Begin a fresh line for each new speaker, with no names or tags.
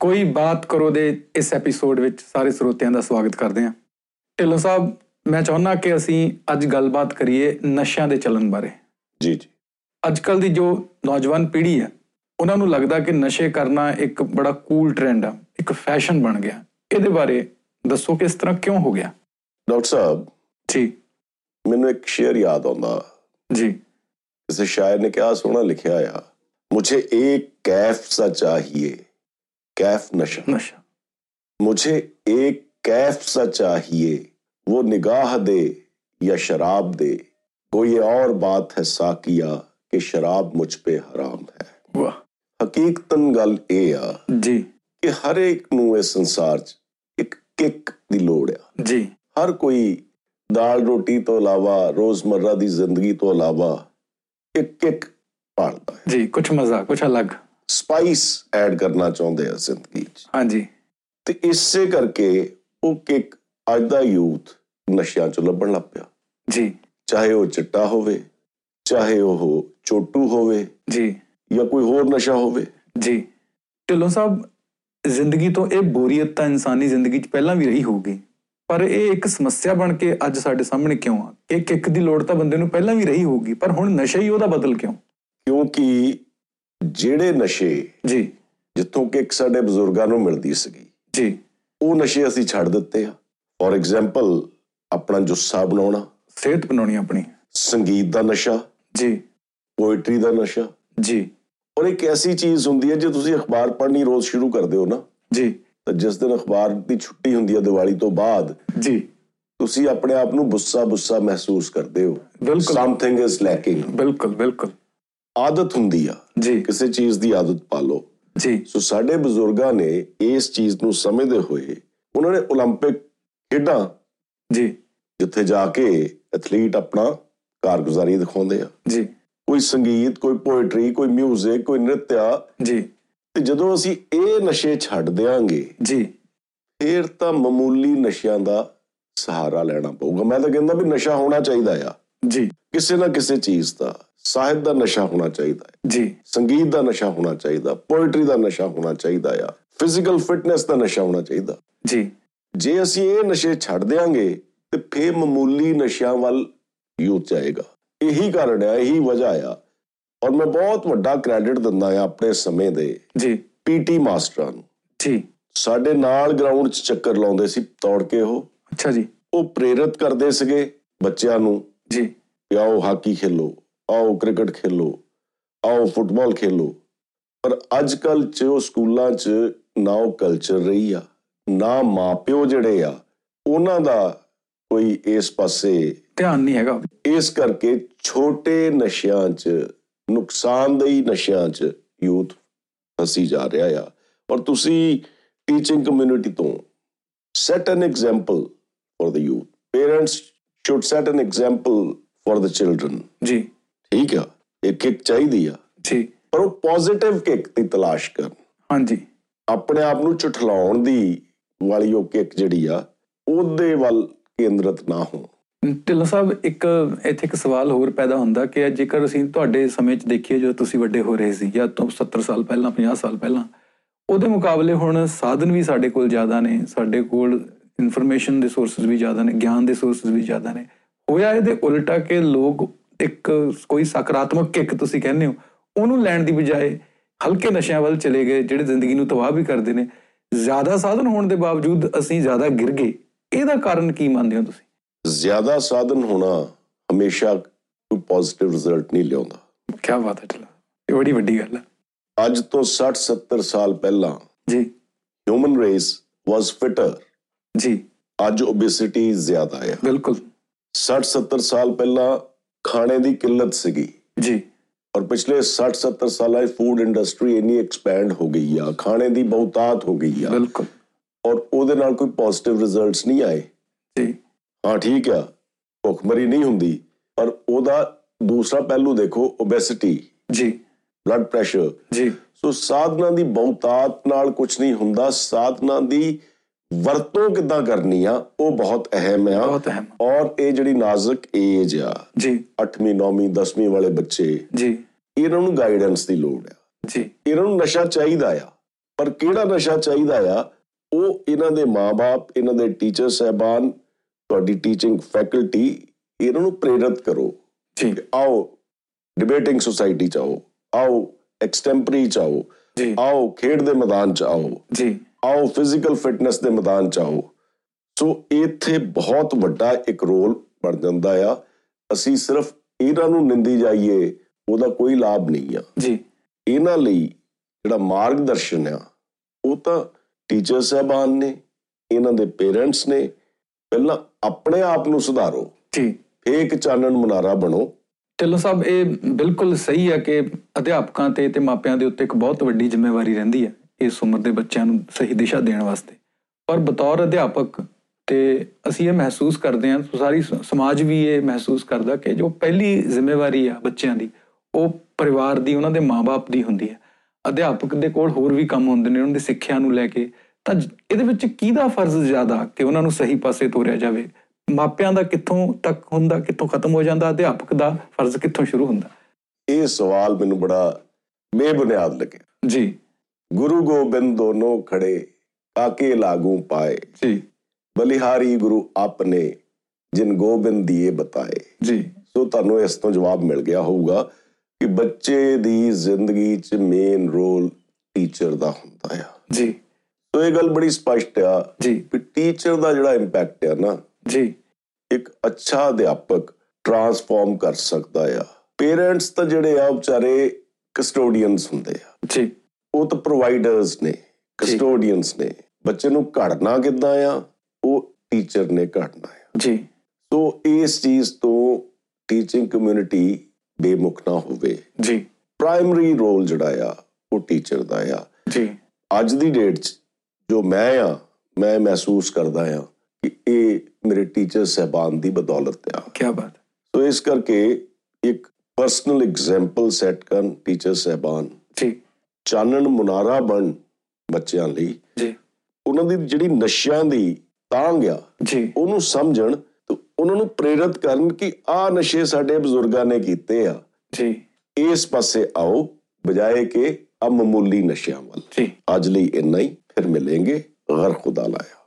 ਕੋਈ ਬਾਤ ਕਰੋ ਦੇ ਇਸ ਐਪੀਸੋਡ ਵਿੱਚ ਸਾਰੇ ਸਰੋਤਿਆਂ ਦਾ ਸਵਾਗਤ ਕਰਦੇ ਹਾਂ ਢਿੱਲੋਂ ਸਾਹਿਬ ਮੈਂ ਚਾਹੁੰਦਾ ਕਿ ਅਸੀਂ ਅੱਜ ਗੱਲਬਾਤ ਕਰੀਏ ਨਸ਼ਿਆਂ ਦੇ ਚੱਲਣ ਬਾਰੇ
ਜੀ ਜੀ
ਅੱਜਕੱਲ ਦੀ ਜੋ ਨੌਜਵਾਨ ਪੀੜ੍ਹੀ ਹੈ ਉਹਨਾਂ ਨੂੰ ਲੱਗਦਾ ਕਿ ਨਸ਼ੇ ਕਰਨਾ ਇੱਕ ਬੜਾ ਕੂਲ ਟ੍ਰੈਂਡ ਆ ਇੱਕ ਫੈਸ਼ਨ ਬਣ ਗਿਆ ਇਹਦੇ ਬਾਰੇ ਦੱਸੋ ਕਿ ਇਸ ਤਰ੍ਹਾਂ ਕਿਉਂ ਹੋ ਗਿਆ
ਡਾਕਟਰ ਸਾਹਿਬ
ਜੀ
ਮੈਨੂੰ ਇੱਕ ਸ਼ੇਅਰ ਯਾਦ ਆਉਂਦਾ
ਜੀ
ਕਿਸੇ ਸ਼ਾਇਰ ਨੇ ਕਿਹਾ ਸੋਹਣਾ ਲਿਖਿਆ ਆ ਮੁਝੇ ਇੱਕ ਕੈਫ ਸਾ ਚਾਹੀਏ ਕੈਫ ਨਸ਼ਾ
ਨਸ਼ਾ
मुझे एक कैफ सा चाहिए वो निगाह दे या शराब दे कोई और बात है साकिया कि शराब मुझ पे हराम है
ਵਾਹ
ਹਕੀਕਤਨ ਗੱਲ ਇਹ ਆ
ਜੀ
ਕਿ ਹਰੇਕ ਨੂੰ ਇਸ ਸੰਸਾਰ 'ਚ ਇੱਕ ਕਿੱਕ ਦੀ ਲੋੜ ਆ
ਜੀ
ਹਰ ਕੋਈ ਦਾਲ ਰੋਟੀ ਤੋਂ ਇਲਾਵਾ ਰੋਜ਼ਮਰਰਾ ਦੀ ਜ਼ਿੰਦਗੀ ਤੋਂ ਇਲਾਵਾ ਇੱਕ ਕਿੱਕ ਭਾਲਦਾ ਹੈ
ਜੀ ਕੁਝ ਮਜ਼ਾ ਕੁਝ ਅਲੱਗ
ਸਪਾਈਸ ਐਡ ਕਰਨਾ ਚਾਹੁੰਦੇ ਆ ਜ਼ਿੰਦਗੀ 'ਚ
ਹਾਂਜੀ
ਤੇ ਇਸੇ ਕਰਕੇ ਉਹ ਕਿੱਕ ਅੱਜ ਦਾ ਯੂਥ ਨਸ਼ਿਆਂ 'ਚ ਲੱਭਣ ਲੱਗ ਪਿਆ
ਜੀ
ਚਾਹੇ ਉਹ ਚਿੱਟਾ ਹੋਵੇ ਚਾਹੇ ਉਹ ਚੋਟੂ ਹੋਵੇ
ਜੀ
ਜਾਂ ਕੋਈ ਹੋਰ ਨਸ਼ਾ ਹੋਵੇ
ਜੀ ਢਿੱਲੋਂ ਸਾਹਿਬ ਜ਼ਿੰਦਗੀ ਤੋਂ ਇਹ ਬੋਰੀਅਤ ਤਾਂ ਇਨਸਾਨੀ ਜ਼ਿੰਦਗੀ 'ਚ ਪਹਿਲਾਂ ਵੀ ਰਹੀ ਹੋਊਗੀ ਪਰ ਇਹ ਇੱਕ ਸਮੱਸਿਆ ਬਣ ਕੇ ਅੱਜ ਸਾਡੇ ਸਾਹਮਣੇ ਕਿਉਂ ਆ ਇਹ ਕਿੱਕ ਦੀ ਲੋੜ ਤਾਂ ਬੰਦੇ ਨੂੰ ਪਹਿਲਾਂ ਵੀ ਰਹੀ ਹੋਊਗੀ ਪਰ ਹੁਣ ਨਸ਼ਾ ਹੀ ਉਹਦਾ ਬਦਲ ਕਿਉਂ
ਕਿਉਂਕਿ ਜਿਹੜੇ ਨਸ਼ੇ
ਜੀ
ਜਿੱਥੋਂ ਕਿ ਇੱਕ ਸਾਡੇ ਬਜ਼ੁਰਗਾਂ ਨੂੰ ਮਿਲਦੀ ਸੀਗੀ
ਜੀ
ਉਹ ਨਸ਼ੇ ਅਸੀਂ ਛੱਡ ਦਿੱਤੇ ਆ ਫੋਰ ਐਗਜ਼ਾਮਪਲ ਆਪਣਾ ਜੁੱਸਾ ਬਣਾਉਣਾ
ਸਿਹਤ ਬਣਾਉਣੀ ਆਪਣੀ
ਸੰਗੀਤ ਦਾ ਨਸ਼ਾ
ਜੀ
ਪੋਇਟਰੀ ਦਾ ਨਸ਼ਾ
ਜੀ
ਔਰ ਇੱਕ ਐਸੀ ਚੀਜ਼ ਹੁੰਦੀ ਹੈ ਜੇ ਤੁਸੀਂ ਅਖਬਾਰ ਪੜ੍ਹਨੀ ਰੋਜ਼ ਸ਼ੁਰੂ ਕਰਦੇ ਹੋ ਨਾ
ਜੀ
ਤਾਂ ਜਿਸ ਦਿਨ ਅਖਬਾਰ ਦੀ ਛੁੱਟੀ ਹੁੰਦੀ ਹੈ ਦੀਵਾਲੀ ਤੋਂ ਬਾਅਦ
ਜੀ
ਤੁਸੀਂ ਆਪਣੇ ਆਪ ਨੂੰ ਬੁੱਸਾ ਬੁੱਸਾ ਮਹਿਸੂਸ ਕਰਦੇ ਹੋ
ਬਿਲਕੁਲ
ਸਮਥਿੰਗ ਇਜ਼ ਲੈਕਿੰਗ
ਬਿਲਕੁਲ ਬਿਲਕੁਲ
ਆਦਤ ਹੁੰਦੀ ਆ
ਜੀ
ਕਿਸੇ ਚੀਜ਼ ਦੀ ਆਦਤ ਪਾ ਲਓ
ਜੀ
ਸੋ ਸਾਡੇ ਬਜ਼ੁਰਗਾਂ ਨੇ ਇਸ ਚੀਜ਼ ਨੂੰ ਸਮਝਦੇ ਹੋਏ ਉਹਨਾਂ ਨੇ 올림픽 ਖੇਡਾਂ
ਜੀ
ਜਿੱਥੇ ਜਾ ਕੇ ਐਥਲੀਟ ਆਪਣਾ ਕਾਰਗੁਜ਼ਾਰੀ ਦਿਖਾਉਂਦੇ ਆ
ਜੀ
ਕੋਈ ਸੰਗੀਤ ਕੋਈ ਪੋਇਟਰੀ ਕੋਈ ਮਿਊਜ਼ਿਕ ਕੋਈ ਨ੍ਰਿਤਿਆ
ਜੀ
ਤੇ ਜਦੋਂ ਅਸੀਂ ਇਹ ਨਸ਼ੇ ਛੱਡ ਦਿਆਂਗੇ
ਜੀ
ਫੇਰ ਤਾਂ ਮਾਮੂਲੀ ਨਸ਼ਿਆਂ ਦਾ ਸਹਾਰਾ ਲੈਣਾ ਪਊਗਾ ਮੈਂ ਤਾਂ ਕਹਿੰਦਾ ਵੀ ਨਸ਼ਾ ਹੋਣਾ ਚਾਹੀਦਾ ਆ
ਜੀ
ਕਿਸੇ ਨਾ ਕਿਸੇ ਚੀਜ਼ ਦਾ ਸਾਹਿਤ ਦਾ ਨਸ਼ਾ ਹੋਣਾ ਚਾਹੀਦਾ ਹੈ
ਜੀ
ਸੰਗੀਤ ਦਾ ਨਸ਼ਾ ਹੋਣਾ ਚਾਹੀਦਾ ਪੋਇਟਰੀ ਦਾ ਨਸ਼ਾ ਹੋਣਾ ਚਾਹੀਦਾ ਆ ਫਿਜ਼ੀਕਲ ਫਿਟਨੈਸ ਦਾ ਨਸ਼ਾ ਹੋਣਾ ਚਾਹੀਦਾ
ਜੀ
ਜੇ ਅਸੀਂ ਇਹ ਨਸ਼ੇ ਛੱਡ ਦਿਆਂਗੇ ਤੇ ਫੇ ਮਾਮੂਲੀ ਨਸ਼ਿਆਂ ਵੱਲ ਯੂਥ ਜਾਏਗਾ ਇਹੀ ਕਾਰਨ ਆ ਇਹੀ ਵਜ੍ਹਾ ਆ ਔਰ ਮੈਂ ਬਹੁਤ ਵੱਡਾ ਕ੍ਰੈਡਿਟ ਦਿੰਦਾ ਆ ਆਪਣੇ ਸਮੇਂ ਦੇ
ਜੀ
ਪੀਟੀ ਮਾਸਟਰਾਂ ਨੂੰ
ਜੀ
ਸਾਡੇ ਨਾਲ ਗਰਾਊਂਡ 'ਚ ਚੱਕਰ ਲਾਉਂਦੇ ਸੀ ਦੌੜ ਕੇ ਉਹ
ਅੱਛਾ ਜੀ
ਉਹ ਪ੍ਰੇਰਿਤ ਕਰਦੇ ਸੀਗੇ ਬੱਚਿਆਂ ਨੂੰ
ਜੀ
ਵੀ ਆਓ ਹਾਕੀ ਖੇਲੋ ਆਓ ਕ੍ਰਿਕਟ ਖੇਲੋ ਆਓ ਫੁੱਟਬਾਲ ਖੇਲੋ ਪਰ ਅੱਜ ਕੱਲ ਚ ਉਹ ਸਕੂਲਾਂ ਚ ਨਾ ਉਹ ਕਲਚਰ ਰਹੀ ਆ ਨਾ ਮਾਪਿਓ ਜਿਹੜੇ ਆ ਉਹਨਾਂ ਦਾ ਕੋਈ ਇਸ ਪਾਸੇ
ਧਿਆਨ ਨਹੀਂ ਹੈਗਾ
ਇਸ ਕਰਕੇ ਛੋਟੇ ਨਸ਼ਿਆਂ ਚ ਨੁਕਸਾਨਦੇਈ ਨਸ਼ਿਆਂ ਚ ਯੂਥ ਫਸੀ ਜਾ ਰਿਹਾ ਆ ਔਰ ਤੁਸੀਂ ਟੀਚਿੰਗ ਕਮਿਊਨਿਟੀ ਤੋਂ set an example for the youth parents should set an example for the children
ਜੀ
ਠੀਕ ਆ ਇਹ ਕਿੱਕ ਚਾਹੀਦੀ ਆ
ਜੀ
ਪਰ ਉਹ ਪੋਜ਼ਿਟਿਵ ਕਿੱਕ ਦੀ ਤਲਾਸ਼ ਕਰਨ
ਹਾਂਜੀ
ਆਪਣੇ ਆਪ ਨੂੰ ਝਠਲਾਉਣ ਦੀ ਵਾਲੀ ਉਹ ਕਿੱਕ ਜਿਹੜੀ ਆ ਉਹਦੇ ਵੱਲ ਕੇਂਦਰਿਤ ਨਾ ਹੋ
ਢਿੱਲੋਂ ਸਾਹਿਬ ਇੱਕ ਇੱਥੇ ਇੱਕ ਸਵਾਲ ਹੋਰ ਪੈਦਾ ਹੁੰਦਾ ਕਿ ਜੇਕਰ ਅਸੀਂ ਤੁਹਾਡੇ ਸਮੇਂ 'ਚ ਦੇਖੀਏ ਜਦੋਂ ਤੁਸੀਂ ਵੱਡੇ ਹੋ ਰਹੇ ਸੀ ਜਾਂ ਤੋਂ 70 ਸਾਲ ਪਹਿਲਾਂ 50 ਸਾਲ ਪਹਿਲਾਂ ਉਹਦੇ ਮੁਕਾਬਲੇ ਹੁਣ ਸਾਧਨ ਵੀ ਸਾਡੇ ਕੋਲ ਜ਼ਿਆਦਾ ਨੇ ਸਾਡੇ ਕੋਲ ਇਨਫੋਰਮੇਸ਼ਨ ਦੇ ਸੋਰਸਸ ਵੀ ਜ਼ਿਆਦਾ ਨੇ ਗਿਆਨ ਦੇ ਸੋਰਸਸ ਵੀ ਜ਼ਿਆਦਾ ਨੇ ਹੋਇਆ ਇਹਦੇ ਉਲਟਾ ਕਿ ਲੋਕ ਇੱਕ ਕੋਈ ਸਕਾਰਾਤਮਕ ਕਿੱਕ ਤੁਸੀਂ ਕਹਿੰਦੇ ਹੋ ਉਹਨੂੰ ਲੈਣ ਦੀ ਬਜਾਏ ਹਲਕੇ ਨਸ਼ਿਆਂ ਵੱਲ ਚਲੇ ਗਏ ਜਿਹੜੇ ਜ਼ਿੰਦਗੀ ਨੂੰ ਤਬਾਹ ਵੀ ਕਰਦੇ ਨੇ ਜ਼ਿਆਦਾ ਸਾਧਨ ਹੋਣ ਦੇ ਬਾਵਜੂਦ ਅਸੀਂ ਜ਼ਿਆਦਾ ਗਿਰ ਗਏ ਇਹਦਾ ਕਾਰਨ ਕੀ ਮੰਨਦੇ ਹੋ ਤੁਸੀਂ
ਜ਼ਿਆਦਾ ਸਾਧਨ ਹੋਣਾ ਹਮੇਸ਼ਾ ਕੋਈ ਪੋਜ਼ਿਟਿਵ ਰਿਜ਼ਲਟ ਨਹੀਂ ਲਿਆਉਂਦਾ
ਕਿਆ ਬਾਤ ਹੈ ਚਲੋ ਇਹ ਬੜੀ ਵੱਡੀ ਗੱਲ ਹੈ
ਅੱਜ ਤੋਂ 60 70 ਸਾਲ ਪਹਿਲਾਂ
ਜੀ
ਹਿਊਮਨ ਰੇਸ ਵਾਸ ਫਿਟਰ
ਜੀ
ਅੱਜ ਓਬੈਸਿਟੀ ਜ਼ਿਆਦਾ ਆ
ਬਿਲਕੁਲ
60 70 ਸਾਲ ਪਹਿਲਾਂ ਖਾਣੇ ਦੀ ਕਿੱਲਤ ਸੀਗੀ
ਜੀ
ਔਰ ਪਿਛਲੇ 60 70 ਸਾਲਾਂ 'ਚ ਫੂਡ ਇੰਡਸਟਰੀ ਇੰਨੀ ਐਕਸਪੈਂਡ ਹੋ ਗਈ ਆ ਖਾਣੇ ਦੀ ਬਹੁਤਾਤ ਹੋ ਗਈ ਆ
ਬਿਲਕੁਲ
ਔਰ ਉਹਦੇ ਨਾਲ ਕੋਈ ਪੋਜ਼ਿਟਿਵ ਰਿਜ਼ਲਟਸ ਨਹੀਂ ਆਏ
ਜੀ
ਹਾਂ ਠੀਕ ਆ ਭੁੱਖਮਰੀ ਨਹੀਂ ਹੁੰਦੀ ਪਰ ਉਹਦਾ ਦੂਸਰਾ ਪਹਿਲੂ ਦੇਖੋ ਓਬੈਸਿਟੀ
ਜੀ
ਬਲੱਡ ਪ੍ਰੈਸ਼ਰ
ਜੀ
ਸੋ ਸਾਧਨਾ ਦੀ ਬਹੁਤਾਤ ਨਾਲ ਕੁਝ ਨਹੀਂ ਹੁੰਦਾ ਸਾਧਨਾ ਦੀ ਵਰਤੋਂ ਕਿੱਦਾਂ ਕਰਨੀ ਆ ਉਹ ਬਹੁਤ ਅਹਿਮ ਆ
ਬਹੁਤ ਅਹਿਮ
ਔਰ ਇਹ ਜਿਹੜੀ ਨਾਜ਼ੁਕ ਏਜ ਆ
ਜੀ
8ਵੀਂ 9ਵੀਂ 10ਵੀਂ ਵਾਲੇ ਬੱਚੇ
ਜੀ
ਇਹਨਾਂ ਨੂੰ ਗਾਈਡੈਂਸ ਦੀ ਲੋੜ ਆ
ਜੀ
ਇਹਨਾਂ ਨੂੰ ਨਸ਼ਾ ਚਾਹੀਦਾ ਆ ਪਰ ਕਿਹੜਾ ਨਸ਼ਾ ਚਾਹੀਦਾ ਆ ਉਹ ਇਹਨਾਂ ਦੇ ਮਾਪੇ ਇਹਨਾਂ ਦੇ ਟੀਚਰ ਸਹਿਬਾਨ ਤੁਹਾਡੀ ਟੀਚਿੰਗ ਫੈਕਲਟੀ ਇਹਨਾਂ ਨੂੰ ਪ੍ਰੇਰਿਤ ਕਰੋ
ਜੀ
ਆਓ ਡਿਬੇਟਿੰਗ ਸੁਸਾਇਟੀ ਚ ਆਓ ਆਓ ਐਕਸਟੈਂਪਰੀ ਚ ਆਓ
ਜੀ
ਆਓ ਖੇਡ ਦੇ ਮੈਦਾਨ ਚ ਆਓ
ਜੀ
ਆਓ ਫਿਜ਼ੀਕਲ ਫਿਟਨੈਸ ਦੇ ਮੈਦਾਨ ਚ ਆਓ ਸੋ ਇੱਥੇ ਬਹੁਤ ਵੱਡਾ ਇੱਕ ਰੋਲ ਬਣ ਜਾਂਦਾ ਆ ਅਸੀਂ ਸਿਰਫ ਇਹਨਾਂ ਨੂੰ ਨਿੰਦੀ ਜਾਈਏ ਉਹਦਾ ਕੋਈ ਲਾਭ ਨਹੀਂ ਆ
ਜੀ
ਇਹਨਾਂ ਲਈ ਜਿਹੜਾ ਮਾਰਗਦਰਸ਼ਨ ਆ ਉਹ ਤਾਂ ਟੀਚਰ ਸਹਿਬਾਨ ਨੇ ਇਹਨਾਂ ਦੇ ਪੇਰੈਂਟਸ ਨੇ ਪਹਿਲਾਂ ਆਪਣੇ ਆਪ ਨੂੰ ਸੁਧਾਰੋ
ਜੀ
ਫੇਕ ਚਾਨਣ ਮੁਨਾਰਾ ਬਣੋ
ਢਿੱਲੋਂ ਸਾਹਿਬ ਇਹ ਬਿਲਕੁਲ ਸਹੀ ਹੈ ਕਿ ਅਧਿਆਪਕਾਂ ਤੇ ਤੇ ਮਾਪਿਆਂ ਦੇ ਉੱਤੇ ਇੱਕ ਬਹੁਤ ਵੱਡੀ ਜ਼ਿੰਮੇਵਾਰੀ ਰਹਿੰਦੀ ਹੈ ਇਸ ਉਮਰ ਦੇ ਬੱਚਿਆਂ ਨੂੰ ਸਹੀ ਦਿਸ਼ਾ ਦੇਣ ਵਾਸਤੇ ਪਰ ਬਤੌਰ ਅਧਿਆਪਕ ਤੇ ਅਸੀਂ ਇਹ ਮਹਿਸੂਸ ਕਰਦੇ ਹਾਂ ਸਾਰੀ ਸ- ਸਮਾਜ ਵੀ ਇਹ ਮਹਿਸੂਸ ਕਰਦਾ ਕਿ ਜੋ ਪਹਿਲੀ ਜ਼ਿੰਮੇਵਾਰੀ ਆ ਬੱਚਿਆਂ ਦੀ ਉਹ ਪਰਿਵਾਰ ਦੀ ਉਹਨਾਂ ਦੇ ਮਾਪੇ ਦੀ ਹੁੰਦੀ ਹੈ ਅਧਿਆਪਕ ਦੇ ਕੋਲ ਹੋਰ ਵੀ ਕੰਮ ਹੁੰਦੇ ਨੇ ਉਹਨਾਂ ਦੀ ਸਿੱਖਿਆ ਨੂੰ ਲੈ ਕੇ ਤਾਂ ਜ- ਇਹਦੇ ਵਿੱਚ ਕਿਹਦਾ ਫਰਜ਼ ਜ਼ਿਆਦਾ ਕਿ ਉਹਨਾਂ ਨੂੰ ਸਹੀ ਪਾਸੇ ਤੋਰਿਆ ਜਾਵੇ ਮਾਪਿਆਂ ਦਾ ਕਿੱਥੋਂ ਤੱਕ ਹੁੰਦਾ ਕਿੱਥੋਂ ਖਤਮ ਹੋ ਜਾਂਦਾ ਅਧਿਆਪਕ ਦਾ ਫਰਜ਼ ਕਿੱਥੋਂ ਸ਼ੁਰੂ ਹੁੰਦਾ
ਇਹ ਸਵਾਲ ਮੈਨੂੰ ਬੜਾ ਬੇਬੁਨਿਆਦ ਲੱਗਿਆ
ਜੀ
ਗੁਰੂ ਗੋਬਿੰਦ ਦੋਨੋਂ ਖੜੇ ਕਾਕੇ ਲਾਗੂ ਪਾਏ
ਜੀ
ਬਲਿਹਾਰੀ ਗੁਰੂ ਆਪਨੇ ਜਿਨ ਗੋਬਿੰਦ ਦੀਏ ਬਤਾਏ
ਜੀ
ਸੋ ਤੁਹਾਨੂੰ ਇਸ ਤੋਂ ਜਵਾਬ ਮਿਲ ਗਿਆ ਹੋਊਗਾ ਕਿ ਬੱਚੇ ਦੀ ਜ਼ਿੰਦਗੀ 'ਚ ਮੇਨ ਰੋਲ ਟੀਚਰ ਦਾ ਹੁੰਦਾ ਆ
ਜੀ
ਸੋ ਇਹ ਗੱਲ ਬੜੀ ਸਪਸ਼ਟ ਆ
ਜੀ
ਕਿ ਟੀਚਰ ਦਾ ਜਿਹੜਾ ਇੰਪੈਕਟ ਆ ਨਾ
ਜੀ
ਇੱਕ ਅੱਛਾ ਅਧਿਆਪਕ ਟਰਾਂਸਫਾਰਮ ਕਰ ਸਕਦਾ ਆ ਪੇਰੈਂਟਸ ਤਾਂ ਜਿਹੜੇ ਆ ਉਹ ਵਿਚਾਰੇ ਕਸਟੋਡੀਅਨਸ ਹੁੰਦੇ ਆ
ਜੀ
ਉਹ ਤਾਂ ਪ੍ਰੋਵਾਈਡਰਸ ਨੇ ਕਸਟੋਡੀਅਨਸ ਨੇ ਬੱਚੇ ਨੂੰ ਘੜਨਾ ਕਿੱਦਾਂ ਆ ਉਹ ਟੀਚਰ ਨੇ ਘੜਨਾ ਆ
ਜੀ
ਸੋ ਇਸ ਚੀਜ਼ ਤੋਂ ਟੀਚਿੰਗ ਕਮਿਊਨਿਟੀ ਬੇਮੁਖ ਨਾ ਹੋਵੇ
ਜੀ
ਪ੍ਰਾਇਮਰੀ ਰੋਲ ਜਿਹੜਾ ਆ ਉਹ ਟੀਚਰ ਦਾ ਆ
ਜੀ
ਅੱਜ ਦੀ ਡੇਟ 'ਚ ਜੋ ਮੈਂ ਆ ਮੈਂ ਮਹਿਸੂਸ ਕਰਦਾ ਆ ਕਿ ਇਹ ਮੇਰੇ ਟੀਚਰ ਸਹਿਬਾਨ ਦੀ ਬਦੌਲਤ ਆ
ਕੀ ਬਾਤ
ਸੋ ਇਸ ਕਰਕੇ ਇੱਕ ਪਰਸਨਲ ਐਗਜ਼ਾਮਪਲ ਸੈੱਟ ਕਰਨ ਟੀਚਰ ਸਹਿਬਾਨ
ਜੀ
ਚਾਨਣ ਮੁਨਾਰਾ ਬਣ ਬੱਚਿਆਂ ਲਈ
ਜੀ
ਉਹਨਾਂ ਦੀ ਜਿਹੜੀ ਨਸ਼ਿਆਂ ਦੀ ਤਾਂਘ ਆ
ਜੀ
ਉਹਨੂੰ ਸਮਝਣ ਤੇ ਉਹਨਾਂ ਨੂੰ ਪ੍ਰੇਰਿਤ ਕਰਨ ਕਿ ਆਹ ਨਸ਼ੇ ਸਾਡੇ ਬਜ਼ੁਰਗਾਂ ਨੇ ਕੀਤੇ ਆ
ਜੀ
ਇਸ ਪਾਸੇ ਆਓ ਬਜਾਏ ਕਿ ਆ ਮਾਮੂਲੀ ਨਸ਼ਿਆਂ ਵੱਲ
ਜੀ
ਅੱਜ ਲਈ ਇੰਨਾ ਹੀ ਫਿਰ ਮਿਲਾਂਗੇ ਗਰ ਖੁਦਾ ਲਾਇਆ